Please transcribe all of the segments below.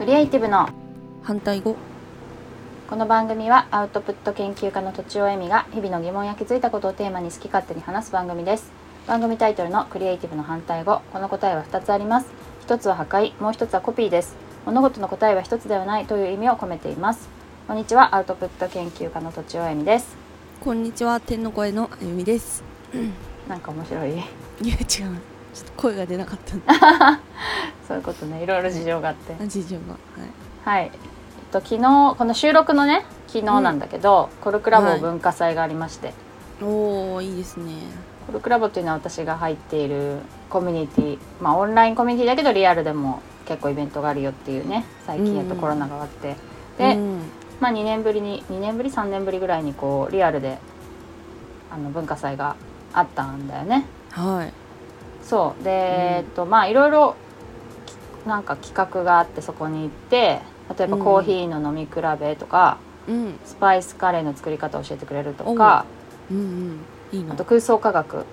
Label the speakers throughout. Speaker 1: イティブの
Speaker 2: 反対語
Speaker 1: この番組はアウトプット研究家のとちおえみが日々の疑問や気づいたことをテーマに好き勝手に話す番組です番組タイトルのクリエイティブの反対語この答えは2つあります一つは破壊もう一つはコピーです物事の答えは一つではないという意味を込めていますこんにちはアウトプット研究家のとちおえみです
Speaker 2: こんにちは天の声のあゆみです
Speaker 1: なんか面白い
Speaker 2: いや違うちょっと声が出なかったん
Speaker 1: そういうことねいろいろ事情があって
Speaker 2: だ事情がは
Speaker 1: は
Speaker 2: い
Speaker 1: い、えっと、昨日この収録のね昨日なんだけど、コルクラボ文化祭がありまして、
Speaker 2: おおいいですね
Speaker 1: コルクラボというのは私が入っているコミュニティまあオンラインコミュニティだけどリアルでも結構イベントがあるよっていうね最近やっとコロナがあって、で、
Speaker 2: うん
Speaker 1: まあ、2年ぶりに2年ぶり3年ぶりぐらいにこうリアルであの文化祭があったんだよね。
Speaker 2: はい
Speaker 1: そうで、え
Speaker 2: うん
Speaker 1: っとまあいろいろきなんか企画があってそこに行って例えば
Speaker 2: うん
Speaker 1: コーヒーの飲み比べとか、
Speaker 2: うん
Speaker 1: スパイスカレーの作り方を教えてくれるとか
Speaker 2: うんうんいいな
Speaker 1: あと空想科学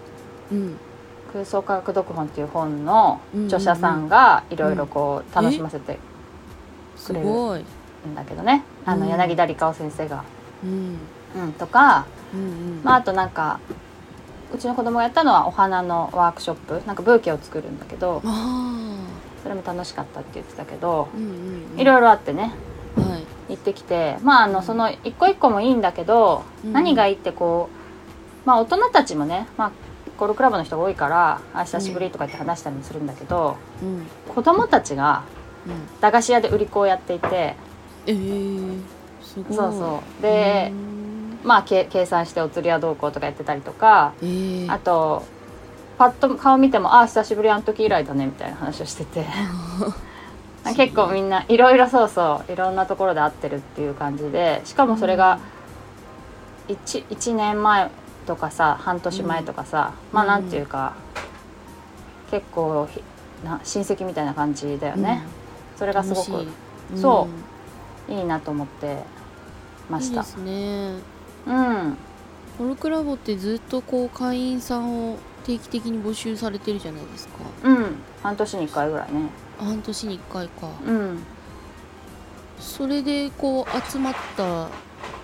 Speaker 2: うん
Speaker 1: 空想科学読本っていう本の
Speaker 2: うんうんうん
Speaker 1: 著者さんがいろいろこう楽しませて
Speaker 2: すごい
Speaker 1: るんだけどね、あの
Speaker 2: うん
Speaker 1: 柳田理香先生が、
Speaker 2: うん
Speaker 1: うん、とか、
Speaker 2: うんうん
Speaker 1: まあ、あとなんかうちの子供がやったのはお花のワークショップなんかブーケを作るんだけど
Speaker 2: あ
Speaker 1: それも楽しかったって言ってたけど
Speaker 2: ーうんうんうん
Speaker 1: いろいろあってね
Speaker 2: はい
Speaker 1: 行ってきてまああのその一個一個もいいんだけど、
Speaker 2: うん
Speaker 1: 何がいいってこうまあ大人たちもね、まあ、ゴルフクラブの人が多いから「あ久しぶり」とかって話したりもするんだけど、
Speaker 2: うんうん
Speaker 1: 子供たちが駄菓子屋で売り子をやっていて
Speaker 2: えーすごい
Speaker 1: そうそうで
Speaker 2: うん
Speaker 1: まあけ計算してお釣り屋どうこうとかやってたりとか
Speaker 2: えー
Speaker 1: あとパッと顔見ても「あ久しぶりあの時以来だね」みたいな話をして て結構みんないろいろそうそういろんなところで会ってるっていう感じでしかもそれが 1, 1年前とかさ半年前とかさ、
Speaker 2: うん
Speaker 1: まあなんていうか、結構ひな親戚みたいな感じだよね、それがすご
Speaker 2: 楽
Speaker 1: く
Speaker 2: しい
Speaker 1: そ
Speaker 2: ん
Speaker 1: いいなと思ってまし
Speaker 2: いい
Speaker 1: た
Speaker 2: ですね
Speaker 1: うん
Speaker 2: ホルクラボってずっとこう会員さんを定期的に募集されてるじゃないですか
Speaker 1: うん半年に1回ぐらいね
Speaker 2: 半年に1回か
Speaker 1: うん
Speaker 2: それでこう集まった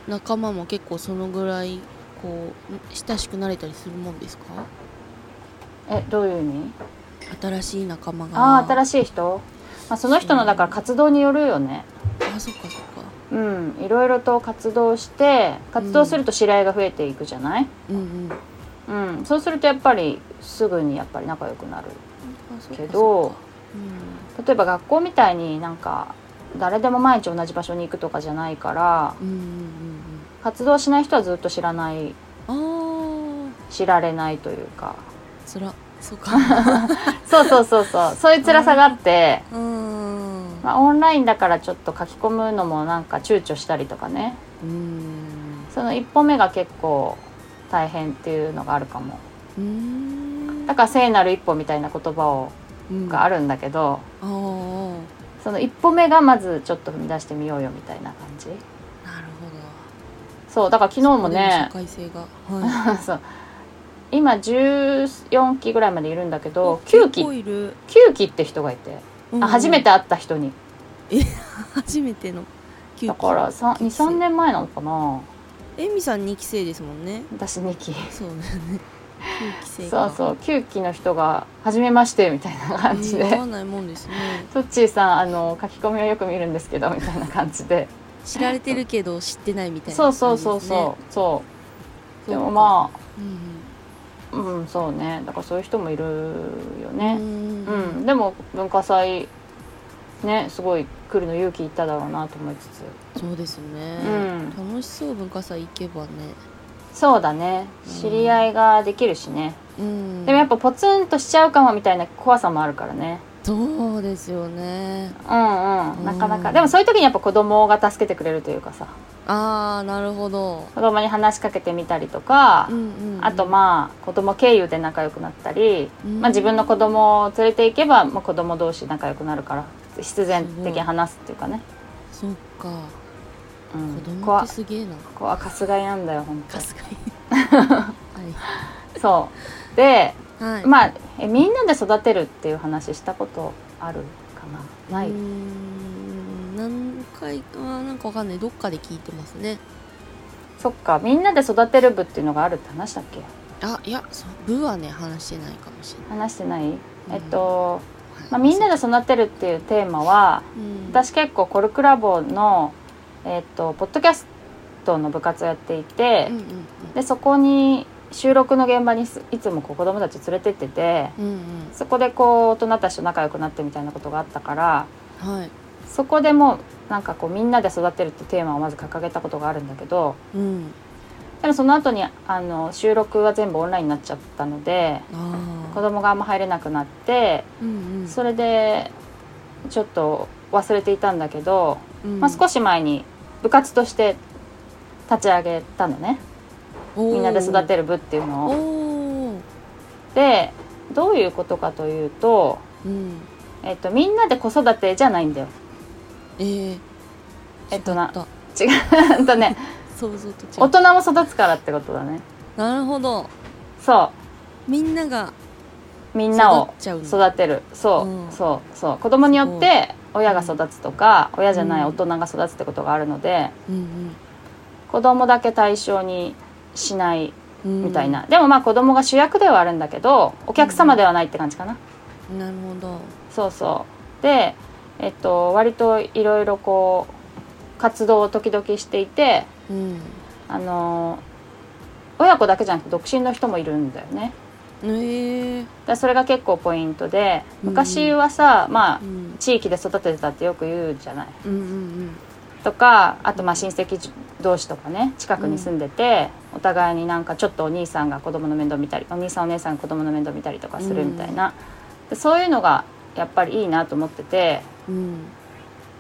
Speaker 2: 仲間も結構そのぐらいこう親しくなれたりするもんですか
Speaker 1: えどういう意味
Speaker 2: 新しい仲間が
Speaker 1: ああー新しい人、まあ、その人のだから活動によるよね
Speaker 2: あそっかそっか
Speaker 1: うんいろいろと活動して活動すると知り合いが増えていくじゃない、
Speaker 2: うんうんあ
Speaker 1: うんそうするとやっぱりすぐにやっぱり仲良くなる
Speaker 2: そっかそっか
Speaker 1: けど
Speaker 2: う
Speaker 1: 例えば学校みたいになんか誰でも毎日同じ場所に行くとかじゃないから
Speaker 2: んうんうん
Speaker 1: 活動しない人はずっと知らない
Speaker 2: うんうんあ
Speaker 1: 知られないというか
Speaker 2: あつらそ うか
Speaker 1: そうそうそうそうそういう辛さがあって、
Speaker 2: うーん
Speaker 1: まあ、オンラインだからちょっと書き込むのもなんか躊躇したりとかね
Speaker 2: うーん
Speaker 1: その一歩目が結構大変っていうのがあるかも
Speaker 2: うーん
Speaker 1: だから聖なる一歩みたいな言葉を
Speaker 2: うん
Speaker 1: があるんだけど
Speaker 2: ああ
Speaker 1: その一歩目がまずちょっと踏み出してみようよみたいな感じ
Speaker 2: なるほど。
Speaker 1: そうだから昨日もね
Speaker 2: そこでの社会性が。は
Speaker 1: そう今14期ぐらいまでいるんだけ
Speaker 2: い。
Speaker 1: ど9期
Speaker 2: 結構いる。
Speaker 1: 9期って人がいて、
Speaker 2: うん
Speaker 1: あ初め。て会った人に
Speaker 2: 初めての。九期
Speaker 1: だから23年前なのかな
Speaker 2: えみさん二期生ですもんね。
Speaker 1: 私2期
Speaker 2: そうだよね。九期生
Speaker 1: そ
Speaker 2: が。
Speaker 1: うそう9期の人が「初めまして」みたいな感じ
Speaker 2: うん合
Speaker 1: で
Speaker 2: わないもんですね
Speaker 1: 「。トッチーさんあの書き込みをよく見るんですけど」みたいな感じで
Speaker 2: 知られてるけど知ってないみたいな
Speaker 1: そう
Speaker 2: 感じです
Speaker 1: そ
Speaker 2: ね、
Speaker 1: うそうそうそうでも
Speaker 2: あ。
Speaker 1: ま
Speaker 2: うん
Speaker 1: あうんそうねだからそういう人もいるよ
Speaker 2: う
Speaker 1: ね
Speaker 2: ん。
Speaker 1: う
Speaker 2: うん
Speaker 1: んでも文化祭ねすごい来るの勇気いっただろうなと思いつつ
Speaker 2: そうですね、
Speaker 1: う
Speaker 2: 楽しそう文化祭行けばね
Speaker 1: そうだね
Speaker 2: うん
Speaker 1: 知り合いができるしね、
Speaker 2: うん
Speaker 1: でもやっぱポツンとしちゃうかもみたいな怖さもあるからね
Speaker 2: そうですよね
Speaker 1: うんうんなかなか、
Speaker 2: うん
Speaker 1: でもそういう時にやっぱ子供が助けてくれるというかさ
Speaker 2: ああなるほど
Speaker 1: 子供に話しかけてみたりとか、
Speaker 2: うんうんうん
Speaker 1: あとまあ子供経由で仲良くなったり、
Speaker 2: うん
Speaker 1: まあ、自分の子供を連れていけば、まあ、子供同士仲良くなるから必然的に話すっていうかね、
Speaker 2: そっか
Speaker 1: う
Speaker 2: 子
Speaker 1: ん、
Speaker 2: 供っ
Speaker 1: 怖
Speaker 2: てすげえな
Speaker 1: 怖かすがいなんだよ本
Speaker 2: かすかに
Speaker 1: 当そうで
Speaker 2: はい、はい、
Speaker 1: まあえみんなで育てるっていう話したことあるかなないう
Speaker 2: ーん何回かなんかわかんないどっかで聞いてますね
Speaker 1: そっかみんなで育てる部っていうのがあるって話だっけ
Speaker 2: あいやそう部はね話してないかもしれない、
Speaker 1: 話してない、
Speaker 2: ん
Speaker 1: えっと、
Speaker 2: はい
Speaker 1: まあ、みんなで育てるっていうテーマは
Speaker 2: うん
Speaker 1: 私結構コルクラボの、えっと、ポッドキャストの部活をやっていて
Speaker 2: うん、うんうん
Speaker 1: でそこに収録の現場にすいつもこう子供たち連れてってて
Speaker 2: うん
Speaker 1: そこでこう大人たちと仲良くなってみたいなことがあったから
Speaker 2: うんはい
Speaker 1: そこでもうなんかこうみんなで育てるってテーマをまず掲げたことがあるんだけど
Speaker 2: うん
Speaker 1: でもその後にあの収録が全部オンラインになっちゃったので
Speaker 2: あ
Speaker 1: 子
Speaker 2: あ
Speaker 1: 供があんま入れなくなって
Speaker 2: うんうん
Speaker 1: それでちょっと忘れていたんだけど、
Speaker 2: うん
Speaker 1: まあ、少し前に部活として立ち上げたのねみんなで育てる部っていう
Speaker 2: おー
Speaker 1: のを。
Speaker 2: おー
Speaker 1: でどういうことかというと、
Speaker 2: うん
Speaker 1: えっと、みんなで子育てじゃないんだよ。
Speaker 2: ええ
Speaker 1: えっとな
Speaker 2: 違た
Speaker 1: 違ううんとね
Speaker 2: 想像と違
Speaker 1: 大
Speaker 2: う
Speaker 1: 人も育つからってことだね。
Speaker 2: なるほど
Speaker 1: そ
Speaker 2: みんなが
Speaker 1: うみんな
Speaker 2: 育
Speaker 1: を
Speaker 2: っちゃうんだ
Speaker 1: 育てるそう、
Speaker 2: うん
Speaker 1: そうそう子供によって親が育つとか、親じゃない大人が育つってことがあるので、
Speaker 2: うん
Speaker 1: 子供だけ対象にしない
Speaker 2: うんうん
Speaker 1: みたいな、でもまあ子供が主役ではあるんだけどお客様ではないって感じかな、
Speaker 2: なるほど
Speaker 1: そうそうでえっと割といろいろこう活動を時々していて
Speaker 2: うん
Speaker 1: あの親子だけじゃなくて独身の人もいるんだよね
Speaker 2: ええ
Speaker 1: だからそれが結構ポイントで
Speaker 2: うん
Speaker 1: 昔はさ、まあ
Speaker 2: うん
Speaker 1: 地域で育ててたってよく言うじゃない
Speaker 2: うんうん
Speaker 1: とかあとまあ親戚同士とかね近くに住んでて、お互いになんかちょっとお兄さんが子供の面倒見たりお兄さんお姉さんが子供の面倒見たりとかするみたいな、でそういうのがやっぱりいいなと思ってて
Speaker 2: うんうん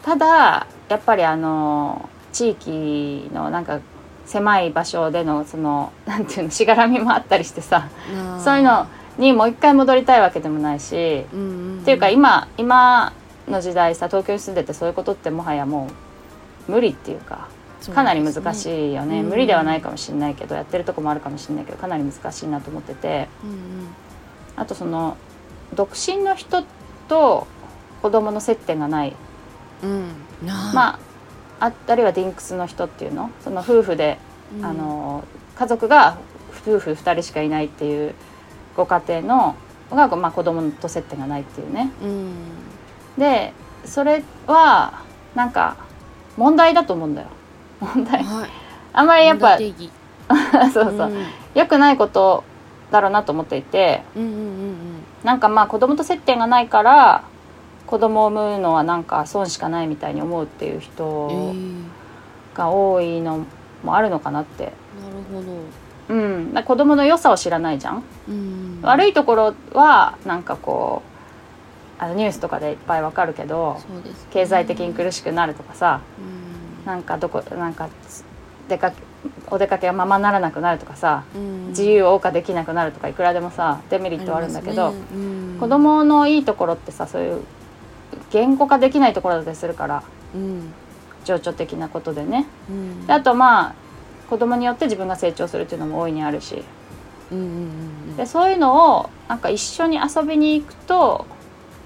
Speaker 1: ただやっぱりあの地域のなんか狭い場所でのそのなんていうのしがらみもあったりしてさ
Speaker 2: なあ
Speaker 1: そういうのにもう一回戻りたいわけでもないし、
Speaker 2: うんうんん
Speaker 1: っていうか今今の時代さ東京に住んでてそういうことってもはやもう無理っていうか
Speaker 2: そう
Speaker 1: かなり難
Speaker 2: ですね
Speaker 1: しいよね
Speaker 2: うん
Speaker 1: 無理ではないかもしれないけどやってるとこもあるかもしれないけどかなり難しいなと思ってて
Speaker 2: うん
Speaker 1: あとその独身の人と子供の接点がない、
Speaker 2: うんうんなあ
Speaker 1: まあああるいはディンクスの人っていうのその夫婦で、
Speaker 2: うん
Speaker 1: あの家族が夫婦2人しかいないっていうご家庭のが、まあ、子供と接点がないっていうね
Speaker 2: うん
Speaker 1: でそれはなんか問題だと思うんだよ 問題
Speaker 2: はい
Speaker 1: あんまり やっぱそ
Speaker 2: 問
Speaker 1: う
Speaker 2: 題定義
Speaker 1: そう、
Speaker 2: うん
Speaker 1: 良くないことだろうなと思っていて
Speaker 2: うんうんうん
Speaker 1: なんかまあ子供と接点がないから子供を産むのはなんか損しかないみたいに思うっていう
Speaker 2: う
Speaker 1: 人
Speaker 2: ん
Speaker 1: が多いのもあるのかなって、
Speaker 2: えーなるほど
Speaker 1: うん、だから子供の良さを知らないじゃん、
Speaker 2: うん
Speaker 1: 悪
Speaker 2: い
Speaker 1: いところはなんかこうあのニュースとかでいっぱいわかるけど
Speaker 2: そうです
Speaker 1: 経済的に苦
Speaker 2: し
Speaker 1: しくなるとかさ
Speaker 2: い
Speaker 1: なんかどこなんかつ出かけお出かけがままならなくなるとかさ自
Speaker 2: っ
Speaker 1: 由を謳歌できなくなるとかいくらでもさデメリットはあるんだけど、子
Speaker 2: 子
Speaker 1: 供のいいところってさそういう言語化できないところだったりするから
Speaker 2: うん
Speaker 1: 情緒的なことでね
Speaker 2: うん
Speaker 1: であとまあ子供によって自分が成長するっていうのも大いにあるし
Speaker 2: うんうん
Speaker 1: でそういうのをなんか一緒に遊びに行くと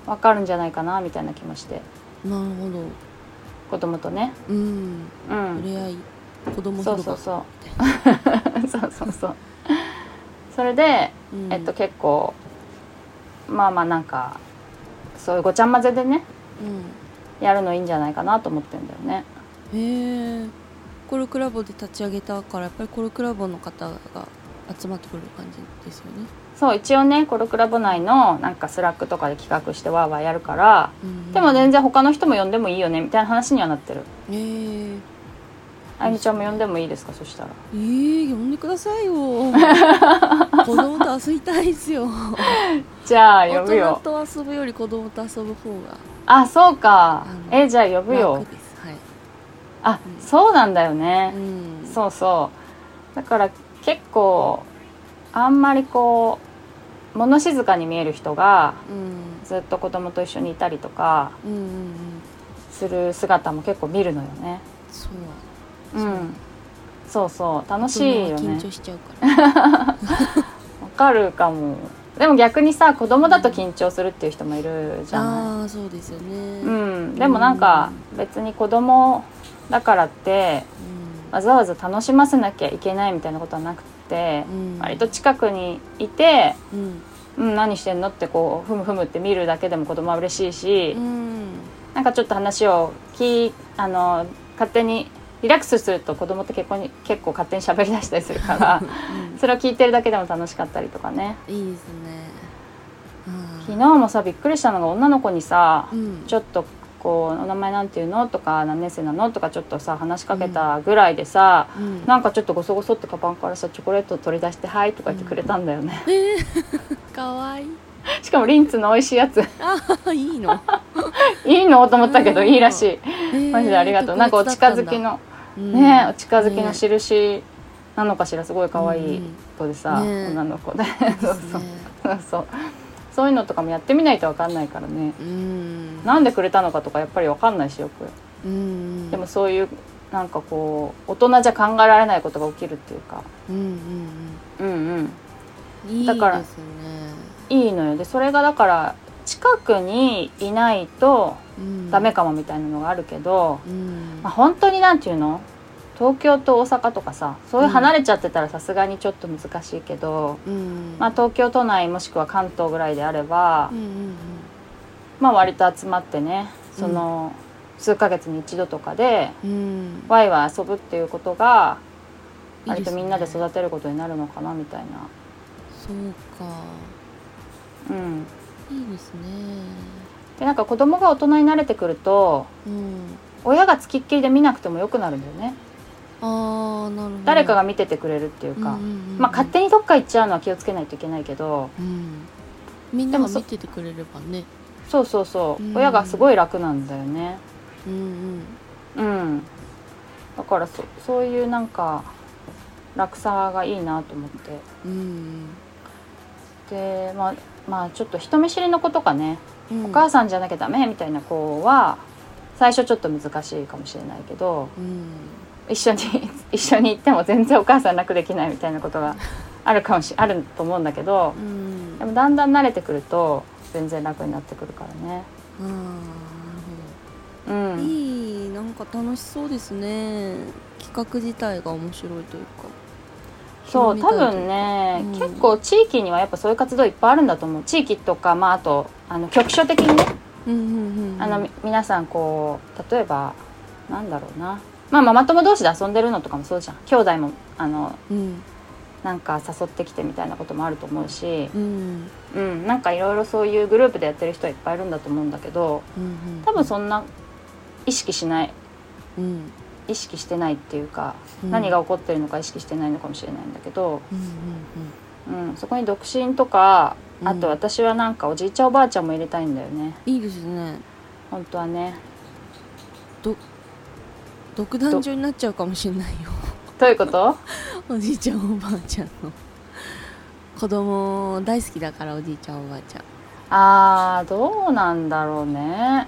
Speaker 1: 分かるんじゃないかなみたいな気もして
Speaker 2: うんなる
Speaker 1: 子
Speaker 2: ほど
Speaker 1: 供とね
Speaker 2: うん
Speaker 1: うん
Speaker 2: 触れ合い子供
Speaker 1: そう
Speaker 2: 広
Speaker 1: そう
Speaker 2: 場
Speaker 1: そうそう そうそうそれで
Speaker 2: うん
Speaker 1: えっと結構まあまあなんかそういうごちゃ混ぜでね
Speaker 2: う
Speaker 1: やるのいいんじゃないかなと思ってんだよね
Speaker 2: んへえコルクラボで立ち上げたからやっぱりコルクラボの方が集まってくる感じですよね
Speaker 1: そう一応ねコルクラボ内のなんかスラックとかで企画してわーわーやるから
Speaker 2: うん
Speaker 1: でも全然他の人も呼んでもいいよねみたいな話にはなってる
Speaker 2: へえ
Speaker 1: あゆみちゃんも呼んでもいいですかそしたら
Speaker 2: えー、呼んでく ださいよ子供と遊びたいですよ
Speaker 1: じゃあ
Speaker 2: 大
Speaker 1: 呼ぶ
Speaker 2: 人
Speaker 1: よ
Speaker 2: と遊ぶより子供と遊ぶ方
Speaker 1: あそうか
Speaker 2: あの
Speaker 1: えじゃあ呼ぶ
Speaker 2: が
Speaker 1: よ
Speaker 2: 楽ですはい、
Speaker 1: あ
Speaker 2: うん
Speaker 1: そうなんだよ
Speaker 2: う
Speaker 1: ね
Speaker 2: ん、
Speaker 1: そうそうだから結構あんまりこう物静かに見える人が
Speaker 2: うん
Speaker 1: ずっと子供と一緒にいたりとか
Speaker 2: うんうんうん
Speaker 1: する姿も結構見るのよね
Speaker 2: そう
Speaker 1: う
Speaker 2: そうん
Speaker 1: そうそう楽
Speaker 2: 楽
Speaker 1: しいよね
Speaker 2: 緊張しちゃうから
Speaker 1: わかるかもでも逆にさ子供だと緊張するっていう人もいるじゃない
Speaker 2: ああそうですよね
Speaker 1: う
Speaker 2: うん
Speaker 1: ん、でもなんか別に子供だからってわざわざ楽しませなきゃいけないみたいなことはなくて、
Speaker 2: うん
Speaker 1: 割と近くにいて、
Speaker 2: うん
Speaker 1: うん、何してんのってこうふむふむって見るだけでも子供は嬉しいし、
Speaker 2: うん
Speaker 1: なんかちょっと話を聞いあの勝手にリラックスすると子供って結構に結構勝手に喋り出したりするからそれを聞いてるだけでも楽しかったりとかね
Speaker 2: うんいいですねあー
Speaker 1: 昨日もさびっくりしたのが女の子にさ、
Speaker 2: うん
Speaker 1: ちょっとこう「お名前なんていうの?」とか「何年生なの?」とかちょっとさ話しかけたぐらいでさ、
Speaker 2: うん
Speaker 1: なんかちょっとごそごそってカバンからさチョコレート取り出して「はい」とか言ってくれたんだよね、
Speaker 2: かわいい
Speaker 1: しかもリンツの美味しいやつ
Speaker 2: あいいの
Speaker 1: いいのと思ったけど
Speaker 2: うん
Speaker 1: いいらしいマジでありがとう、なんかお近づき
Speaker 2: の
Speaker 1: のね
Speaker 2: ね
Speaker 1: えお近づきの印なのかしらすごい可愛い子でさ、
Speaker 2: うんねえ
Speaker 1: 女の子で そうそうそうそうそういうのとかもやってみないとわかんないからね
Speaker 2: うん
Speaker 1: なんでくれたのかとかやっぱりわかんないしよく
Speaker 2: うん
Speaker 1: でもそういうなんかこう大人じゃ考えられないことが起きるっていうか
Speaker 2: うんうん
Speaker 1: うんうん
Speaker 2: うんいい
Speaker 1: だから
Speaker 2: ですね
Speaker 1: いいのよでそれがだから近くにいないと
Speaker 2: うん
Speaker 1: ダメかもみたいなのがあるけど、
Speaker 2: うん
Speaker 1: まあ、本当になんていうの東京と大阪とかさそういう離れちゃってたらさすがにちょっと難しいけど、
Speaker 2: うん
Speaker 1: まあ、東京都内もしくは関東ぐらいであれば、
Speaker 2: うんうん
Speaker 1: まあ割と集まってねその数ヶ月に一度とかで
Speaker 2: うんうん
Speaker 1: ワイワイ遊ぶっていうことが
Speaker 2: いい
Speaker 1: 割
Speaker 2: です
Speaker 1: と
Speaker 2: ね
Speaker 1: みんなで育てることになるのかなみたいな。
Speaker 2: そうか
Speaker 1: うん、
Speaker 2: いいですね
Speaker 1: でなんか子供が大人に慣れてくると
Speaker 2: うん
Speaker 1: 親がつきっきりで見なくても良くなるんだよね
Speaker 2: ああなるほど
Speaker 1: 誰かが見ててくれるっていう
Speaker 2: うんう
Speaker 1: か、
Speaker 2: んうんうん
Speaker 1: まあ勝手にどっか行っちゃうのは気をつけないといけないけど
Speaker 2: うんみんなが
Speaker 1: でもそ
Speaker 2: 見ててくれればね
Speaker 1: そうそうそう、
Speaker 2: うん
Speaker 1: 親がすごい楽なんだよね
Speaker 2: うん
Speaker 1: うんだからそそういうなんか楽さがいいなと思って
Speaker 2: うんうん
Speaker 1: でまあまあちょっと人見知りの子とかね、
Speaker 2: うん
Speaker 1: お母さんじゃなきゃダメみたいな子は最初ちょっと難しいかもしれないけど
Speaker 2: うん
Speaker 1: 一緒に 一緒に行っても全然お母さん楽できないみたいなことがあるかもしあると思うんだけど
Speaker 2: うん
Speaker 1: で
Speaker 2: あ
Speaker 1: もだんだん慣れてくると全然楽になってくるからね。
Speaker 2: あーなる
Speaker 1: う
Speaker 2: ほど
Speaker 1: ん、
Speaker 2: いいなんか楽しそうですね企画自体が面白いというか
Speaker 1: そう多
Speaker 2: 広めたいという
Speaker 1: 分ね、
Speaker 2: うん
Speaker 1: 結構地域にはやっぱそういう活動いっぱいあるんだと思う地域とかまああとあの局所的にね、
Speaker 2: うんうんうんうん
Speaker 1: あのみ皆さんこう例えばなんだろうなまあママ友同士で遊んでるのとかもそうじゃん兄弟もあの
Speaker 2: うん
Speaker 1: なんか誘ってきてみたいなこともあると思うし、
Speaker 2: うん
Speaker 1: うん、なんかいろいろそういうグループでやってる人はいっぱいいるんだと思うんだけど
Speaker 2: うん
Speaker 1: 多分そんな意識しない
Speaker 2: うん
Speaker 1: 意識してないっていうか、
Speaker 2: うん
Speaker 1: 何が起こってるのか意識してないのかもしれないんだけど、
Speaker 2: うん
Speaker 1: うん、そこに独身とか
Speaker 2: うん
Speaker 1: あと私はなんかおじいちゃんおばあちゃんも入れたいんだよね
Speaker 2: うんいいですね
Speaker 1: 本当はね。
Speaker 2: ど独壇場になっちゃうかもしれないよ
Speaker 1: どういうこと
Speaker 2: おじいちゃんおばあちゃんの子供大好きだからおじいちゃんおばあちゃん
Speaker 1: あーどうなんだろうね。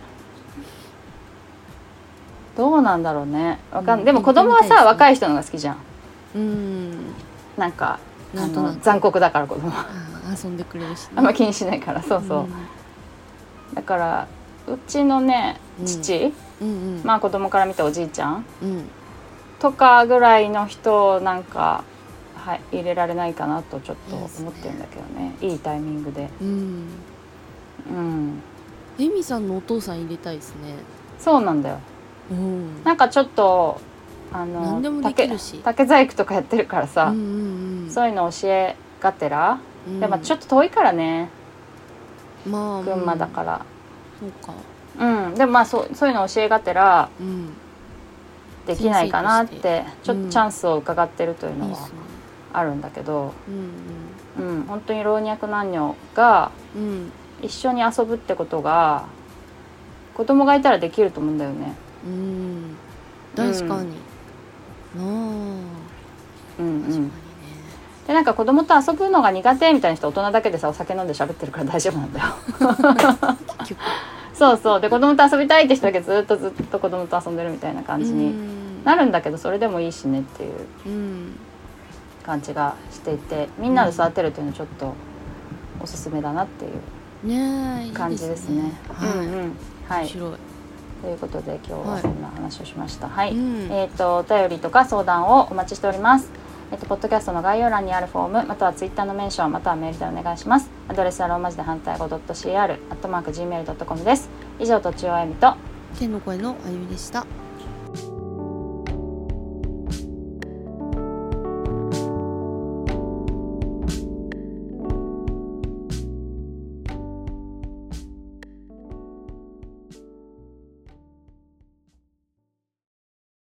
Speaker 1: どうなんだろうね。わかんな
Speaker 2: う
Speaker 1: い。
Speaker 2: ん
Speaker 1: でも子供は
Speaker 2: 見てみたいです
Speaker 1: さ
Speaker 2: ね
Speaker 1: 若い人のが好きじゃん。
Speaker 2: うん
Speaker 1: なんかあ
Speaker 2: なんとな
Speaker 1: の
Speaker 2: く
Speaker 1: 残酷だから子供は
Speaker 2: あ遊んでくれるしね、
Speaker 1: あんま気にしないからそうそう、だからうちのね父、
Speaker 2: うん、うんうん
Speaker 1: まあ子供から見たおじいちゃん
Speaker 2: うん
Speaker 1: とかぐらいの人をなんか、はい、入れられないかなとちょっと
Speaker 2: いいですね
Speaker 1: 思ってるんだけどねいいタイミングで
Speaker 2: うん
Speaker 1: うん
Speaker 2: エミさんのお父さん入れたいですね
Speaker 1: そうなんだよ
Speaker 2: うん
Speaker 1: なんかちょっとあの
Speaker 2: 何でもできるし
Speaker 1: 竹竹細工とかやってるから
Speaker 2: う
Speaker 1: さ、
Speaker 2: んうんうん
Speaker 1: そういうの教えがてら、
Speaker 2: うん
Speaker 1: でもちょっと遠いからね
Speaker 2: まあ
Speaker 1: 群馬だから
Speaker 2: うんそうか
Speaker 1: うん、でもまあそうそういうの教えがてら
Speaker 2: うん
Speaker 1: できないかなっ
Speaker 2: 先
Speaker 1: てちょっとチャンスを伺ってるという
Speaker 2: いい
Speaker 1: の
Speaker 2: っ
Speaker 1: は
Speaker 2: すね
Speaker 1: あるんだけど、
Speaker 2: うん
Speaker 1: うん、本当に老若男女が
Speaker 2: うんうん
Speaker 1: 一緒に遊ぶってことが子供がいたらできると思うんだよね。
Speaker 2: うん確かに、な
Speaker 1: うんう
Speaker 2: あ確かに
Speaker 1: ん
Speaker 2: ね、
Speaker 1: でなんか子供と遊ぶのが苦手みたいな人大人だけでさお酒飲んで喋ってるから大丈夫なんだよ。
Speaker 2: 結局
Speaker 1: そうそうで子供と遊びたいって人だけずっとずっと子供と遊んでるみたいな感じ
Speaker 2: う
Speaker 1: に
Speaker 2: ん
Speaker 1: なるんだけどそれでもいいしねっていう
Speaker 2: うん
Speaker 1: 感じがしていてみんなで育てるというのはちょっとおすすめだなっていう
Speaker 2: ねえいい
Speaker 1: 感じですね。
Speaker 2: はい、
Speaker 1: うんうんは
Speaker 2: 面
Speaker 1: い、
Speaker 2: 白い、
Speaker 1: ということで今日
Speaker 2: は
Speaker 1: はいそんな話をしました。はい、
Speaker 2: うん
Speaker 1: えっ、とお便りとか相談をお待ちしております。えっ、とポッドキャストの概要欄にあるフォームまたはツイッターのメンションまたはメールでお願いします。アドレスはローマ字で反対語 .cr アットマーク gmail.com です。以上とちおえみと
Speaker 2: 天の声のあゆみでした